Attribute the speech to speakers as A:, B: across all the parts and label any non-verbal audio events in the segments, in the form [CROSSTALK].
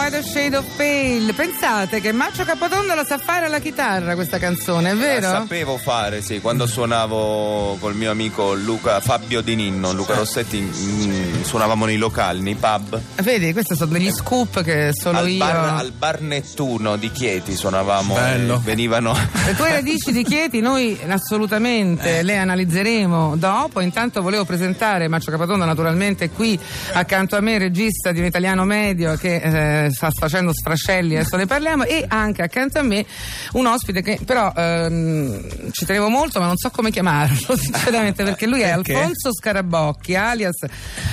A: Wider Shade of Pale. Pensate che Maccio Capotondo la sa fare alla chitarra questa canzone, è
B: La
A: vero?
B: sapevo fare, sì, quando suonavo col mio amico Luca, Fabio Di Ninno, Luca Rossetti, mm, suonavamo nei locali, nei pub.
A: Vedi, questi sono degli scoop che solo
B: Al
A: io.
B: bar, al bar Nettuno di Chieti suonavamo,
C: Bello.
B: eh, venivano [LAUGHS]
A: Le tue radici di Chieti noi assolutamente
C: Eh.
A: le analizzeremo dopo. Intanto volevo presentare Maccio Capatonda naturalmente qui accanto a me, regista di un italiano medio che eh, sta facendo strascelli, adesso ne parliamo, e anche accanto a me un ospite che però ehm, ci tenevo molto ma non so come chiamarlo [LAUGHS] sinceramente perché lui è
C: Perché?
A: Alfonso Scarabocchi alias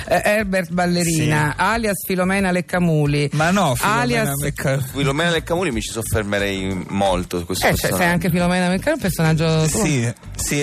A: eh, Herbert Ballerina, alias Filomena Leccamuli,
C: Ma no, Filomena
A: alias...
C: Mecca-
B: Filomena del Camuli mi ci soffermerei molto su questo
A: Eh, cioè, sei
B: personaggio.
A: anche Filomena Leccamuli, un personaggio tuo.
C: Eh, Sì,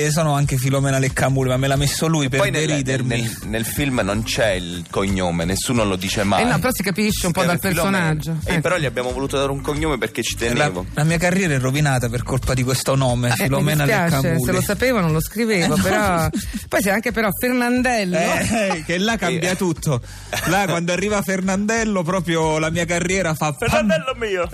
C: sì, sono anche Filomena Leccamuli, ma me l'ha messo lui per
B: Poi nel,
C: deridermi.
B: nel- nel film non c'è il cognome, nessuno lo dice mai.
A: Eh no, però si capisce un po' dal
B: Filomena.
A: personaggio. Eh,
B: Eh,
A: Ecco.
B: Però gli abbiamo voluto dare un cognome perché ci
C: la,
B: tenevo.
C: la mia carriera è rovinata per colpa di questo nome,
A: Eh, mi
C: Filomena
A: dispiace,
C: Leccamuli.
A: se lo sapevo non lo scrivevo, però poi c'è anche però Fernandello.
C: Eh, che là cambia
B: Eh.
C: tutto. Là quando arriva Fernandello, proprio la mia carriera fa. Fernandello mio!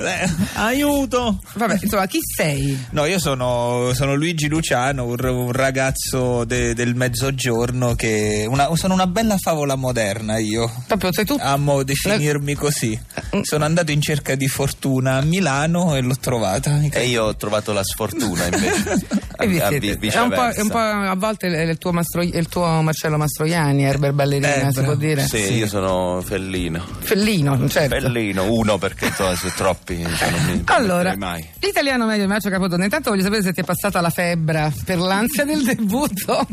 C: aiuto!
A: Vabbè, insomma, chi sei?
C: No, io sono, sono Luigi Luciano, un, r- un ragazzo de- del mezzogiorno che. una- sono una bella favola moderna io.
A: Proprio sei tu?
C: Amo definirmi così. Sono andato in cerca di fortuna a Milano e l'ho trovata.
A: Eh,
B: E io ho trovato la sfortuna invece.
A: [LAUGHS] E vi
B: A- a-
A: siete-
B: ah, vi-
A: è, un po',
B: viceversa.
A: è un po' a volte il, il tuo Mastro- il tuo Marcello Mastroianni, Herbert Ballerina,
C: Eh,
A: si può
C: bravo.
A: dire.
B: Sì, io sono Fellino.
A: Fellino, certo.
B: Fellino, uno perché insomma, sono troppi. cioè, non
A: [LAUGHS]
B: mi
A: Allora,
B: permetterei mai.
A: l'italiano medio di Marcio Capotonda, intanto voglio sapere se ti è passata la febbre per l'ansia del debutto.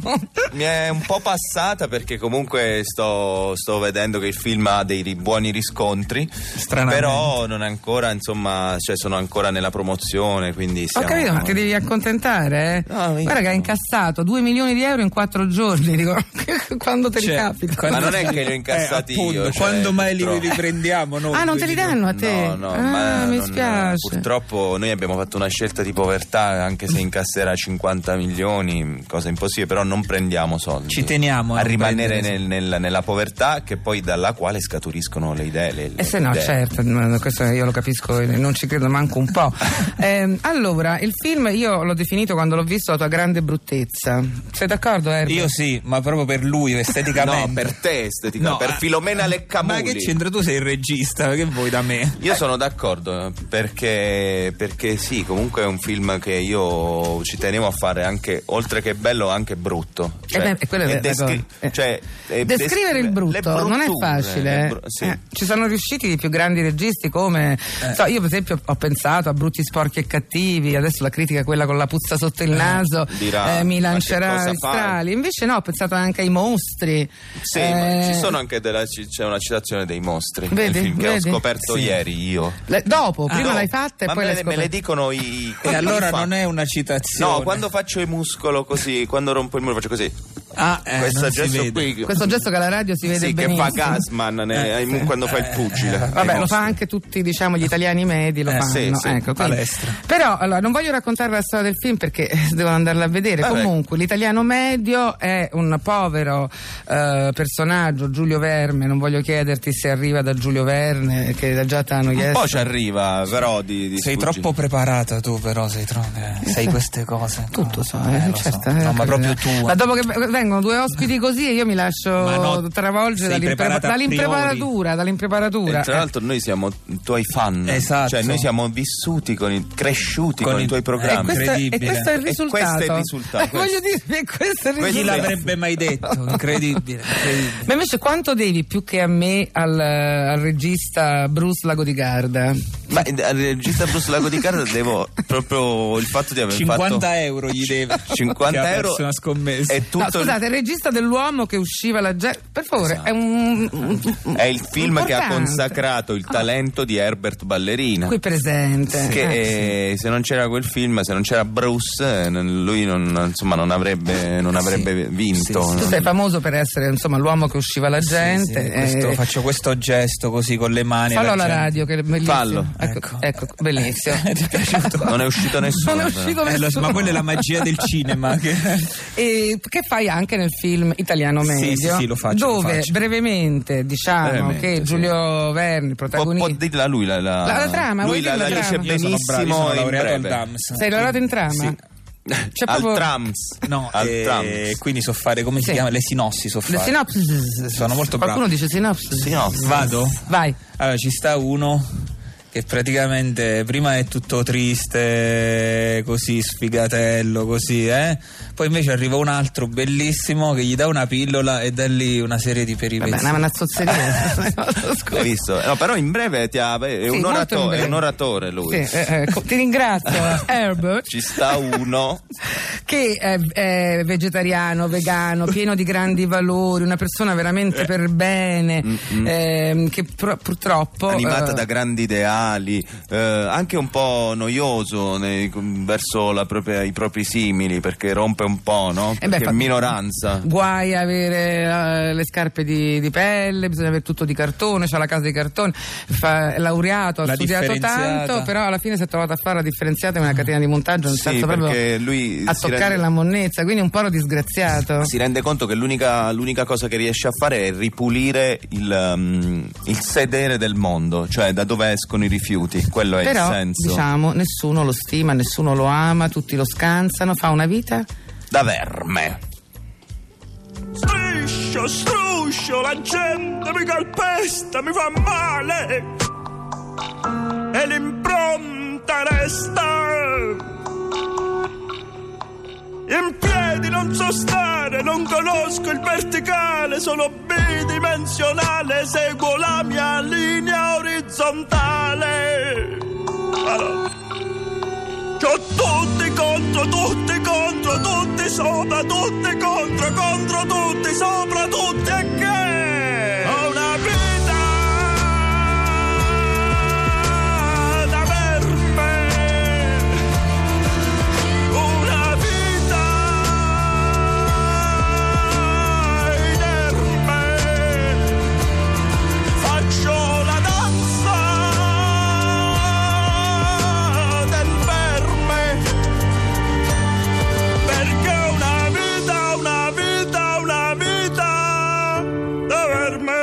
B: Mi è un po' passata perché comunque sto, sto vedendo che il film ha dei ri- buoni riscontri.
C: Stranamente.
B: Però non è ancora, insomma, cioè sono ancora nella promozione, quindi
A: Ho
B: siamo...
A: capito, ma ti devi accontentare. eh.
B: No, io-
A: Guarda che ha incassato 2 milioni di euro in 4 giorni. Dico, [LAUGHS] quando te li
C: Cioè,
A: capita?
B: Ma non è che li ho incassati
C: Eh, appunto,
B: io. cioè,
C: quando mai li
B: purtroppo.
C: riprendiamo? noi,
A: Ah, non te li
C: quindi-
A: danno a te?
B: No, no,
A: ah,
B: ma
A: mi
B: non-
A: spiace.
B: Purtroppo noi abbiamo fatto una scelta di povertà, anche se incasserà 50 milioni, cosa impossibile, però non prendiamo soldi.
C: Ci teniamo a
B: a
C: non
B: rimanere
C: prendere
B: nel- nel- nella povertà che poi dalla quale scaturiscono le idee. le- le
A: Eh se no,
B: idee.
A: certo, ma questo io lo capisco, eh, non ci credo manco un
B: [LAUGHS]
A: po'. Ehm, allora, il film io l'ho definito quando l'ho visto la tua grande bruttezza. Sei d'accordo, Erbe?
C: Io sì, ma proprio per lui esteticamente.
B: [LAUGHS] No, per te, estetica, per
C: ah,
B: Filomena Leccamuli.
C: Ma che c'entra? Tu sei il regista, che vuoi da
B: [LAUGHS]
C: me?
B: Io sono d'accordo perché, perché sì, comunque è un film che io ci tenevo a fare anche, oltre che bello, anche brutto. Cioè,
A: Eh beh, quella è la
B: descri-
A: cosa. Eh.
B: cioè,
A: Descrivere
B: eh,
A: il
B: descrive le
A: brutto non è
B: brutture,
A: facile.
B: le
A: eh.
B: bru- sì. Eh.
A: Eh, ci sono riusciti i più grandi registi come... so, io per esempio ho pensato a Brutti, Sporchi e Cattivi, adesso la critica è quella con la puzza sotto il naso
B: dirà,
A: eh, mi
B: ma che
A: lancerà
B: cosa
A: i
B: fai?
A: strali. Invece no, ho pensato anche ai mostri.
B: Sì,
A: Eh,
B: ma ci sono anche della, ci- c'è una citazione dei mostri nel
A: Vedi,
B: film che
A: vedi?
B: ho scoperto ieri io.
A: le- dopo, prima
B: Ah, No,
A: l'hai fatta e
B: ma
A: poi
B: me,
A: l'hai
B: le- me
A: scoperta.
B: le dicono i...
C: E allora
B: fa-
C: non è una citazione.
B: No, quando faccio il muscolo così, quando rompo il muro faccio così.
C: Ah, eh,
B: Questo
C: non si
B: gesto
C: vede.
B: qui che-
A: Questo gesto che alla radio si vede
B: sì, che
A: benissimo. Eh,
B: fa Gasman ne- ai- quando fa il pugile.
A: Vabbè, lo
B: Ai
A: fa
B: mostri.
A: anche tutti diciamo, gli italiani medi, lo
C: Eh,
B: sì,
A: fanno.
B: sì,
A: ecco, quindi-
C: palestra.
A: Però allora, non voglio raccontare la storia del film perché eh, devono andarla a vedere.
B: Vabbè.
A: Comunque, l'italiano medio è un povero eh, personaggio, Giulio Verme. Non voglio chiederti se arriva da Giulio Verne, che già ti hanno
B: Un
A: chiesto.
B: po' ci arriva, però di, di
C: Sei
B: sfuggire.
C: troppo preparata tu, però, sei troppo. eh, Sei queste cose.
A: tutto
C: No,
A: so,
C: eh,
A: eh,
C: lo
A: certo,
C: so.
A: eh,
C: No,
A: capito.
C: ma proprio tu.
A: Ma dopo che vengono due ospiti così, io mi lascio
C: Ma no,
A: travolgere
C: sei
A: dall'imprepara-
C: preparata a priori.
A: dall'impreparatura. dall'impreparatura.
B: E Eh, tra l'altro noi siamo tuoi fan.
C: Esatto.
B: Cioè noi siamo vissuti, con i- cresciuti con,
C: Con
B: i
C: i-
B: tuoi
A: E
B: programmi.
A: Eh, questo, e
C: Incredibile.
A: questo è il
B: E questo è il
A: risultato.
B: risultato,
A: Eh, [LAUGHS] voglio dire, questo è il
B: Questo
C: Chi
A: risultato.
C: l'avrebbe mai detto? Incredibile, incredibile.
A: Ma invece quanto devi più che a me al, al regista Bruce Lagodigarda?
B: Ma eh, al regista Bruce Lago di Carta devo proprio il fatto di aver
C: 50
B: fatto
C: euro gli deve.
B: 50
C: Che ha
B: euro
C: perso una scommessa.
B: È tutto
A: No,
B: il-
A: scusate, il regista dell'uomo che usciva la gente. Per favore, è un.
B: è il film che ha
A: importante.
B: consacrato il talento di Herbert Ballerina.
A: Qui presente.
B: Che
A: Eh,
B: eh, se non c'era quel film, se non c'era Bruce, eh, non- lui non, insomma, non avrebbe, non avrebbe vinto.
C: sì,
A: Tu
B: Non-
A: sei famoso per essere insomma l'uomo che usciva la gente.
C: Sì, sì, questo-
A: eh,
C: faccio questo gesto così con le mani.
A: fallo alla
C: gente-
A: radio, che è bellissimo.
B: Fallo.
A: Ecco,
C: Ecco.
A: ecco, bellissimo.
C: Ti è piaciuto?
B: non è uscito nessuno.
A: Non è
B: però.
A: uscito
C: Eh, lo-
A: nessuno.
C: [LAUGHS] ma quella è la magia del cinema. Che...
A: E che fai anche anche nel film Italiano
C: Sì,
A: Medio,
C: sì, sì, lo faccio, lo
A: dove
C: faccio.
A: brevemente diciamo
B: Brevemente,
A: che
B: sì.
A: Giulio Verni, il
B: Può, può
A: protagonista,
B: dirla lui la, la,
A: La- la trama, vuoi
B: lui la,
A: dirla
B: la
A: la
B: dice
A: trama?
C: Io sono bravo, io
B: benissimo
C: sono
B: in
C: laureato al
B: breve.
C: DAMS.
A: sei laureato in trama?
C: Sì.
A: C'è
B: al
A: proprio-
B: trams
C: No, eh,
B: al
C: e
B: trams
C: quindi so fare come
A: Sì.
C: si chiama le sinossi so
A: Le
C: fare.
A: sinopsi.
C: Sono molto
A: Qualcuno
C: bravo.
A: dice sinopsi.
B: Sinopsi.
C: Vado?
A: Vai.
C: Allora, ci sta uno che praticamente prima è tutto triste, così sfigatello, così, eh? Poi invece arriva un altro bellissimo che gli dà una pillola e da lì una serie di
A: Vabbè,
C: peripezie.
A: una, una
C: [LAUGHS]
A: zozzeria.
B: Hai visto? No, però in breve ti ha, è,
A: Sì, molto
B: un
A: in
B: oratore,
A: breve.
B: è un oratore lui.
A: Sì, eh, eh, co- ti
C: [LAUGHS]
A: ringrazio, Herbert.
B: Ci sta uno.
A: che è, è vegetariano, vegano, pieno di grandi valori, una persona
C: Eh.
A: veramente per bene,
C: Mm,
A: ehm, che pur- purtroppo...
B: animata
A: eh,
B: da grandi ideali, eh, anche un po' noioso nei- verso la propria- i propri simili perché rompe un po', no?
A: eh
B: Perché
A: beh,
B: è
A: fa-
B: minoranza.
A: Guai a avere eh, le scarpe di, di pelle, bisogna avere tutto di cartone, c'ha la casa di cartone, fa- è laureato, ha
C: La
A: studiato
C: differenziata.
A: tanto, però alla fine si è trovato a fare la differenziata in una catena di montaggio, nel
B: Sì,
A: senso
B: perché
A: proprio
B: lui
A: a
B: si
A: toccare
B: rende-
A: la monnezza, quindi un po' lo disgraziato.
B: Si rende conto che l'unica, l'unica cosa che riesce a fare è ripulire il, um, il sedere del mondo, cioè da dove escono i rifiuti, quello è
A: Però
B: il senso.
A: diciamo nessuno lo stima, nessuno lo ama, tutti lo scansano, fa una vita
B: Da verme.
D: Striscio, struscio, la gente mi calpesta, mi fa male. E l'impronta resta. In piedi non so stare, non conosco il verticale, sono bidimensionale, seguo la mia linea orizzontale. Allora. C'ho tutti contro, tutti contro, tutti sopra, tutti contro, contro tutti, sopra tutti e che ho una vita da verme, una vita inerme, faccio la danza del verme perché una vita, una vita, una vita da verme.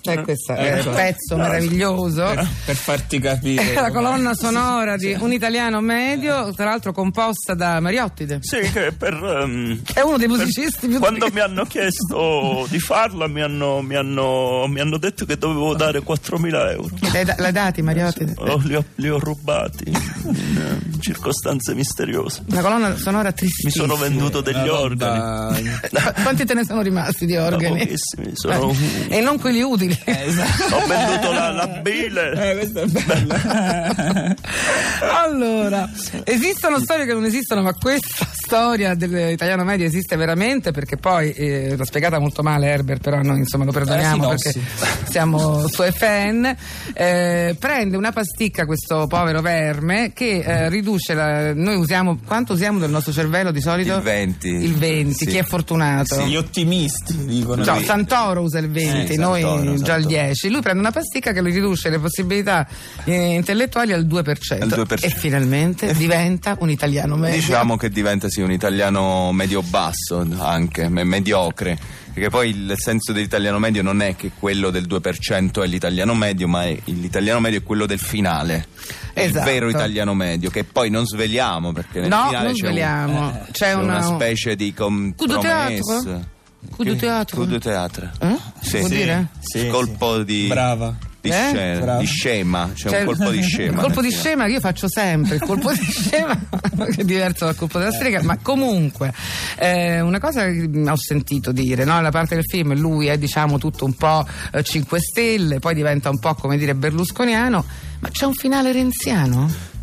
A: Cioè, questo è un pezzo meraviglioso.
C: Eh? Per farti capire.
A: È la
C: com'è.
A: colonna sonora di un italiano medio, tra l'altro composta da Mariottide.
D: Sì, che per... ehm,
A: È uno dei
D: per-
A: musicisti più
D: quando mi hanno chiesto di farla mi hanno, mi hanno- mi hanno detto che dovevo dare 4.000 euro.
A: L'hai da- l'hai dati Mariottide?
D: Oh, li, ho, li ho rubati in eh, circostanze misteriose.
A: Una colonna sonora
D: Mi
A: tristissima.
D: sono venduto degli
C: Una
D: organi.
C: roba-
A: Qu- Quanti te ne sono rimasti di organi?
D: pochissimi, sono-
A: Eh, E non quelli utili.
D: Ho venduto la, la bile.
C: Eh, questa è bella.
A: [LAUGHS] Allora, esistono storie che non esistono, ma questa storia dell'italiano medio esiste veramente perché poi eh, l'ha spiegata molto male Herbert, però noi insomma lo perdoniamo
C: Eh, sì, no,
A: perché siamo suoi fan. Eh, prende una pasticca questo povero verme che eh, riduce la, noi usiamo quanto usiamo del nostro cervello di solito?
B: Il 20.
A: Il 20,
B: Sì.
A: chi è fortunato?
C: Sì, gli ottimisti dicono.
A: No,
B: Lui-
A: Santoro usa il 20,
B: Sì,
A: noi
B: Santoro,
A: già il
B: Santoro.
A: 10. Lui prende una pasticca che gli riduce le possibilità eh, intellettuali al 2%,
B: Al 2%.
A: e
B: [LAUGHS]
A: finalmente diventa un italiano medio.
B: Diciamo che diventa sì, un italiano medio-basso anche, me- mediocre. Perché poi il senso dell'italiano medio non è che quello del 2% è l'italiano medio, ma è- l'italiano medio è quello del finale. È
A: Esatto.
B: il vero italiano medio, che poi non sveliamo perché nel
A: No, non
B: finale c'è, un-
A: sveliamo.
B: eh,
A: C'è una-
B: specie di
A: Cudo teatro?
B: compromesso.
A: Cudo
B: Che-
A: teatro?
B: eh, Cudo teatro.
A: Eh?
B: Sì.
A: Vuol
B: Sì.
A: dire?
C: Sì,
B: colpo
C: sì.
B: di.
C: Brava.
B: Di,
A: Eh?
B: scena-
C: Brava.
B: di scema, c'è
A: Cioè,
B: un colpo di scema.
A: Il [LAUGHS] colpo di
B: nel finale.
A: scema che io faccio sempre, il colpo di [LAUGHS] scema che è diverso dal colpo della strega, ma comunque eh, una cosa che mh, ho sentito dire, no? la parte del film lui è diciamo tutto un po' 5 stelle, poi diventa un po' come dire berlusconiano, ma c'è un finale renziano?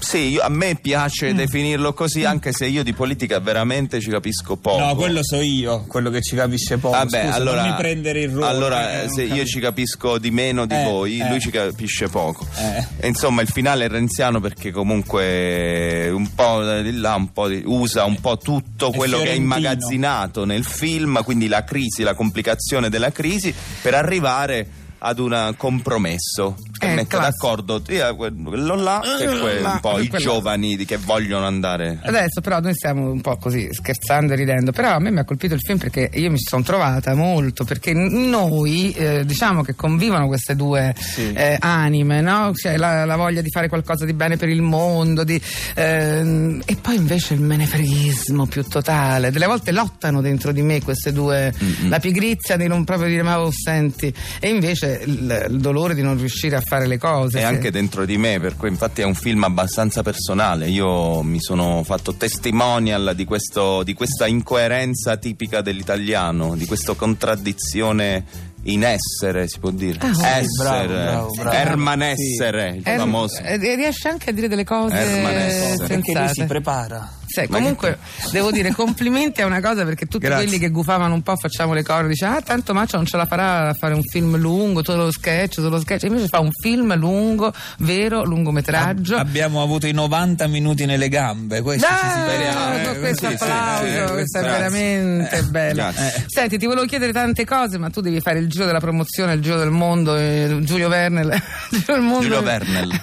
B: Sì, io- a me piace definirlo così, anche se io di politica veramente ci capisco poco.
C: No, quello so io, quello che ci capisce poco.
B: Vabbè,
C: Scusa,
B: allora,
C: non mi prendere il ruolo.
B: Allora,
C: eh, non
B: se io
C: capisco.
B: ci capisco di meno di
C: Eh,
B: voi,
C: eh.
B: lui ci capisce poco.
C: Eh.
B: E Insomma, il finale è renziano perché comunque un po' di là, un po' di- usa un po' tutto
C: È
B: quello che è
C: fiorentino.
B: immagazzinato nel film, quindi la crisi, la complicazione della crisi, per arrivare ad un compromesso. che
A: Eh,
B: mette
A: classe.
B: d'accordo io, quello là e
A: Quello
B: que-
A: là,
B: un po' i
A: quello là.
B: giovani di- che vogliono andare
A: Adesso però noi stiamo un po' così scherzando e ridendo, però a me mi ha colpito il film perché io mi ci sono trovata molto, perché in noi eh, diciamo che convivono queste due eh, anime, no? Cioè, la, la voglia di fare qualcosa di bene per il mondo, di, ehm, e poi invece il menefreghismo più totale, delle volte lottano dentro di me queste due, la pigrizia di non proprio dire ma oh, senti, e invece il, il dolore di non riuscire a fare le cose.
B: e
A: se-
B: anche dentro di me, per cui infatti è un film abbastanza personale. Io mi sono fatto testimonial di, questo- di questa incoerenza tipica dell'italiano, di questa contraddizione in essere, si può dire.
A: Ah, sì,
B: essere,
E: bravo, bravo, bravo.
B: Hermanessere, il
A: Er-
B: famoso.
A: eh, riesce anche a dire delle cose
B: Ermanesse.
A: sensate.
E: Perché lui si prepara.
A: Sì,
B: Ma
A: comunque devo
C: [LAUGHS]
A: dire complimenti a una cosa perché tutti
B: Grazie.
A: quelli che gufavano un po' facciamo le cose dice ah tanto Maccio non ce la farà a fare un film lungo solo lo sketch solo lo sketch invece fa un film lungo vero lungometraggio
C: Abbiamo avuto i 90 minuti nelle gambe. Questo ci si
A: Dai,
C: merita,
A: con
C: eh,
A: questo
C: sì, sì,
A: applauso,
C: sì, sì,
A: questo è
C: grazie.
A: veramente bello.
B: grazie.
A: Eh. Senti, ti volevo chiedere tante cose, ma tu devi fare il giro della promozione, il giro del mondo, eh, Giulio Vernel. il [LAUGHS] giro del mondo.
B: Giulio Vernel.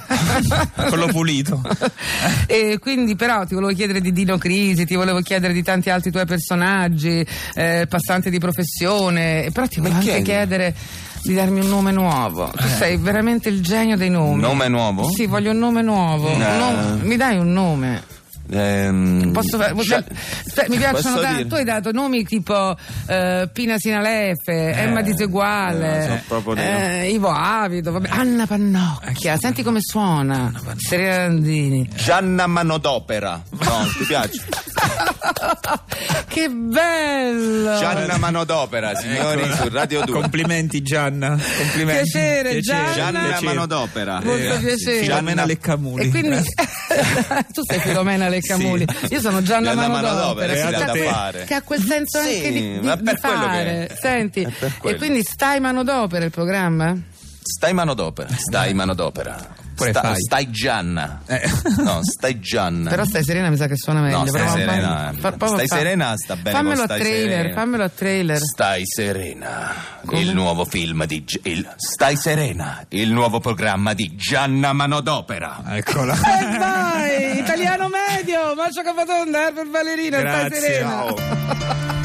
C: Quello pulito.
A: [LAUGHS] e quindi però ti volevo chiedere di Dino Crisi, ti volevo chiedere di tanti altri tuoi personaggi, eh, passante di professione, e però ti volevo anche
B: chiedi?
A: chiedere di darmi un nome nuovo. Tu sei veramente il genio dei nomi.
B: Eh. Nome nuovo?
A: Sì, voglio un nome nuovo.
B: Eh.
A: No, mi dai un nome?
B: Ehm,
A: Posso fare-
B: cioè,
A: Cioè, mi piacciono
B: posso
A: tanto.
B: dire?
A: Tu hai dato nomi tipo eh, Pina Sinalefe, Emma
B: eh,
A: Diseguale,
B: sono proprio nero.
A: eh, Ivo Avido, vabbè, Anna Pannocchia. Senti come suona. Serena Landini.
B: Gianna Manodopera. No, ti piace?
A: che bello!
B: Gianna Manodopera, signori, su Radio 2.
C: Complimenti Gianna. Complimenti.
A: Piacere, Gianna.
B: Gianna
C: piacere.
B: Manodopera.
A: Molto
B: Eh,
A: piacere.
C: Gianna
B: Gianna-
C: Leccamuli.
A: E quindi [LAUGHS] tu sei Filomena Leccamuli. Io sono Gianna,
B: Gianna
A: Manodopera,
B: Manodopera,
A: che
C: sì,
A: ha
C: da
A: que-
B: fare.
A: che ha quel senso
B: Sì,
A: anche di, di-
B: ma
A: di
B: per quello che
A: fare.
B: è.
A: Senti,
B: È per
A: e
B: quello.
A: quindi stai Manodopera il programma?
B: Stai manodopera, stai manodopera.
C: Pure
B: Sta-
C: fai.
B: stai Gianna.
C: Eh.
B: [LAUGHS] No, stai Gianna.
A: Però stai serena, mi sa che suona meglio.
B: No, stai
A: Prova un po'.
B: serena.
A: Fa- prova
B: Stai
A: a fa-
B: serena, sta bene
A: Fammelo
B: con
A: a
B: stai
A: trailer,
B: serena.
A: fammelo a trailer.
B: Stai serena. Il nuovo film di Gi- il- Stai serena, il nuovo programma di Gianna Manodopera.
C: Eccola.
A: E vai! Italiano medio, Macio Capatonda, Herbert Valerina, eh, stai
B: Oh,
C: Grazie,
A: serena.
C: ciao.